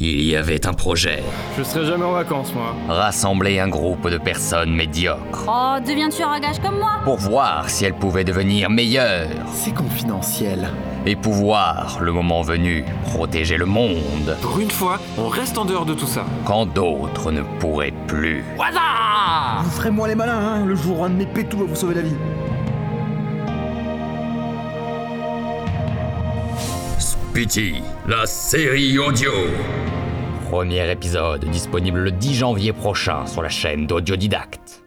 Il y avait un projet. Je serai jamais en vacances, moi. Rassembler un groupe de personnes médiocres Oh, deviens tueur à gage comme moi pour voir si elles pouvaient devenir meilleures C'est confidentiel. et pouvoir, le moment venu, protéger le monde Pour une fois, on reste en dehors de tout ça. quand d'autres ne pourraient plus. Vous ferez moins les malins, hein, le jour où un de mes pétous va vous sauver la vie. Pity, la série audio. Premier épisode disponible le 10 janvier prochain sur la chaîne d'Audiodidacte.